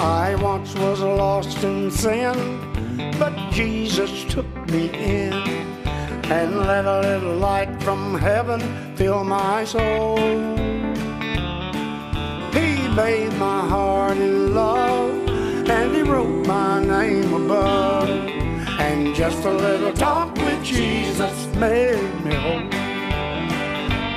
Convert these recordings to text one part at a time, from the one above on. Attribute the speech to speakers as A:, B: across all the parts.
A: I once was lost in sin, but Jesus took me in and let a little light from heaven fill my soul. He bathed my heart in love and he wrote my name above. And just a little talk with Jesus made me whole.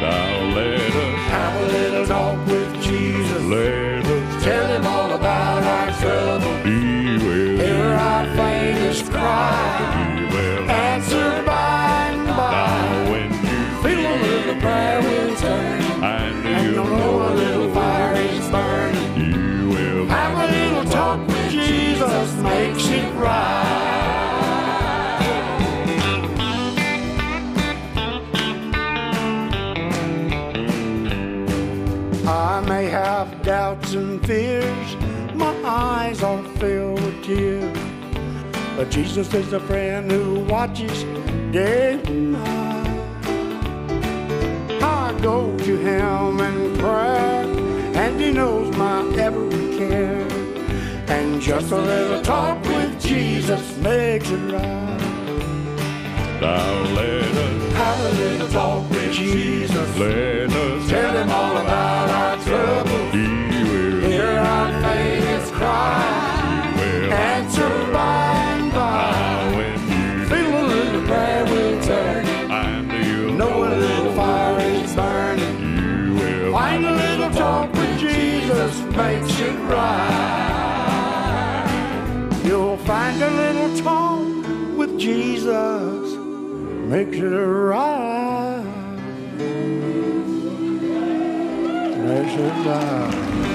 B: Now let us,
A: Have a little talk with Jesus.
B: let us
A: Tell him all about our trouble.
B: be well,
A: Hear our faintest cry.
B: be well.
A: Answer by and by.
B: Now when you
A: Feel a little prayer will turn.
B: find
A: And
B: you
A: you'll know a little fire is burning.
B: you will
A: Have a little talk with Jesus makes it right. I may have doubts and fears, my eyes are filled with tears. But Jesus is a friend who watches day and night. I go to him in prayer, and he knows my every care. And just a little talk with Jesus makes it right.
B: Now let us,
A: Have a little talk with Jesus.
B: let us
A: Tell him all about our trouble.
B: be well,
A: Hear our faintest cry.
B: well.
A: Answer by and by.
B: Now when you
A: Feel a little prayer will turn.
B: find you
A: Know a little fire is burning.
B: you will.
A: Find a little talk with Jesus makes it right. You'll find a little talk with Jesus makes it right. Makes it right.